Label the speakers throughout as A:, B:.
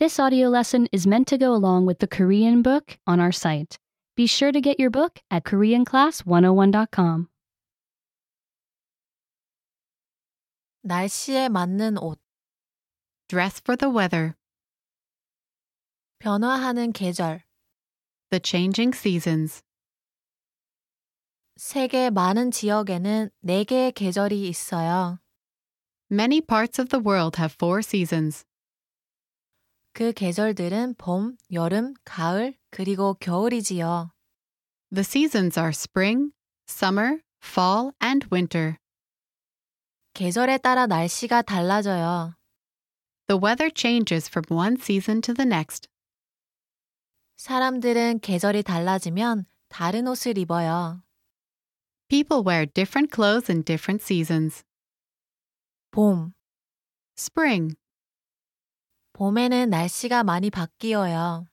A: This audio lesson is meant to go along with the Korean book on our site. Be sure to get your book at koreanclass101.com.
B: 날씨에 맞는 옷,
C: Dress for the weather,
B: 변화하는 계절,
C: the changing seasons.
B: 세계 많은 지역에는 4개의 계절이 있어요.
C: Many parts of the world have four seasons.
B: 그 계절들은 봄, 여름, 가을, 그리고 겨울이지요.
C: The seasons are spring, summer, fall, and winter.
B: 계절에 따라 날씨가 달라져요.
C: The weather changes from one season to the next.
B: 사람들은 계절이 달라지면 다른 옷을 입어요.
C: People wear different clothes in different seasons.
B: 봄.
C: Spring.
B: 봄에는 날씨가 많이 바뀌어요.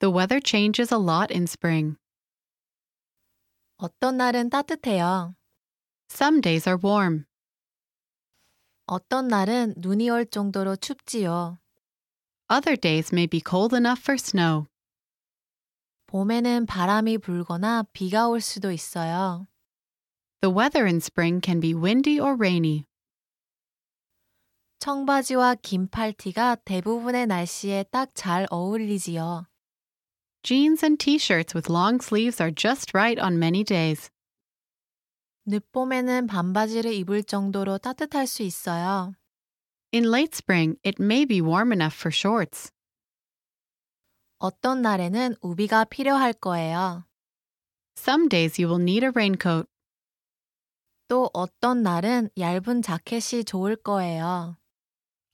C: The weather changes a lot in spring.
B: 어떤 날은 따뜻해요.
C: Some days are warm.
B: 어떤 날은 눈이 올 정도로 춥지요.
C: Other days may be cold enough for snow.
B: 봄에는 바람이 불거나 비가 올 수도 있어요.
C: The weather in spring can be windy or rainy.
B: 청바지와 긴 팔티가 대부분의 날씨에 딱 잘 어울리지요.
C: Jeans and t shirts with long sleeves are just right on many days.
B: 늦봄에는 반바지를 입을 정도로 따뜻할 수 있어요.
C: In late spring, it may be warm enough for shorts.
B: 어떤 날에는 우비가 필요할 거예요.
C: Some days you will need a raincoat.
B: 또 어떤 날은 얇은 자켓이 좋을 거예요.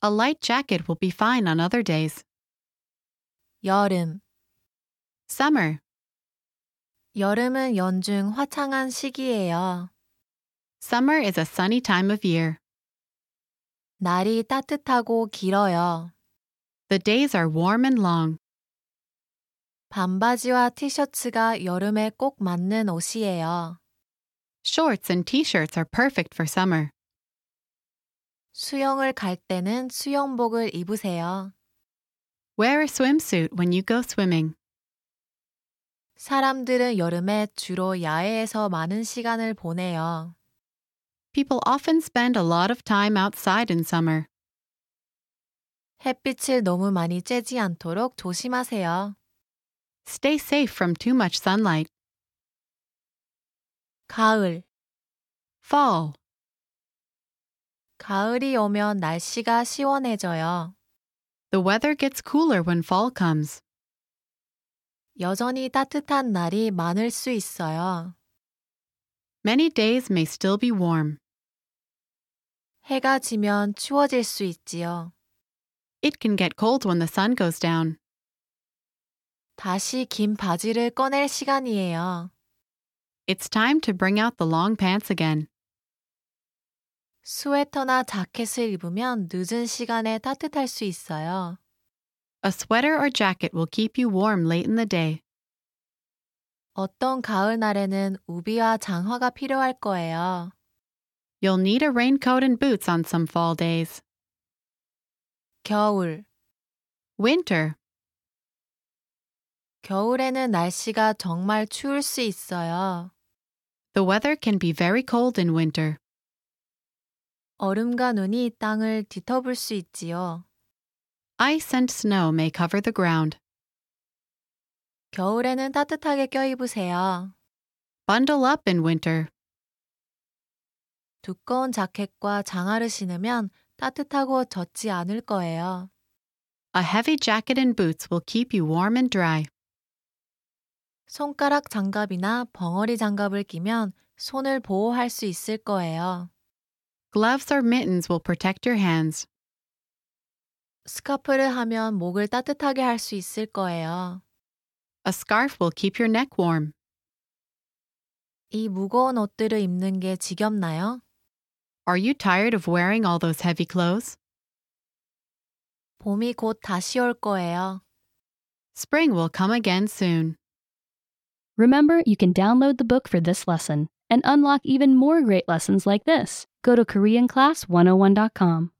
C: A light jacket will be fine on other days.
B: 여름.
C: Summer.
B: 여름은 연중 화창한 시기예요.
C: Summer is a sunny time of year.
B: 날이 따뜻하고 길어요.
C: The days are warm and long.
B: 반바지와 티셔츠가 여름에 꼭 맞는 옷이에요.
C: Shorts and t shirts are perfect for summer.
B: 수영을 갈 때는 수영복을 입으세요.
C: Wear a swimsuit when you go swimming.
B: 사람들은 여름에 주로 야외에서 많은 시간을 보내요.
C: People often spend a lot of time outside in summer.
B: 햇빛을 너무 많이 쬐지 않도록 조심하세요.
C: Stay safe from too much sunlight.
B: 가을.
C: Fall.
B: 가을이 오면 날씨가 시원해져요.
C: The weather gets cooler when fall comes.
B: 여전히 따뜻한 날이 많을 수 있어요.
C: Many days may still be warm.
B: 해가 지면 추워질 수 있지요.
C: It can get cold when the sun goes down.
B: 다시 긴 바지를 꺼낼 시간이에요.
C: It's time to bring out the long pants again.
B: 스웨터나 자켓을 입으면 늦은 시간에 따뜻할 수 있어요.
C: A sweater or jacket will keep you warm late in the day.
B: 어떤 가을날에는 우비와 장화가 필요할 거예요.
C: You'll need a raincoat and boots on some fall days.
B: 겨울.
C: Winter.
B: 겨울에는 날씨가 정말 추울 수 있어요.
C: The weather can be very cold in winter.
B: 얼음과 눈이 땅을 뒤덮을 수 있지요.
C: Ice and snow may cover the ground.
B: 겨울에는 따뜻하게 껴입으세요.
C: Bundle up in winter.
B: 두꺼운 자켓과 장화를 신으면 따뜻하고 젖지 않을 거예요.
C: A heavy jacket and boots will keep you warm and dry.
B: 손가락 장갑이나 벙어리 장갑을 끼면 손을 보호할 수 있을 거예요.
C: Gloves or mittens will protect your hands.
B: 스카프를 하면 목을 따뜻하게 할 수 있을 거예요.
C: A scarf will keep your neck warm.
B: 이 무거운 옷들을 입는 게 지겹나요?
C: Are you tired of wearing all those heavy clothes?
B: 봄이 곧 다시 올 거예요.
C: Spring will come again soon.
A: Remember, you can download the book for this oh lesson and unlock even more great lessons like this. Go to koreanclass101.com.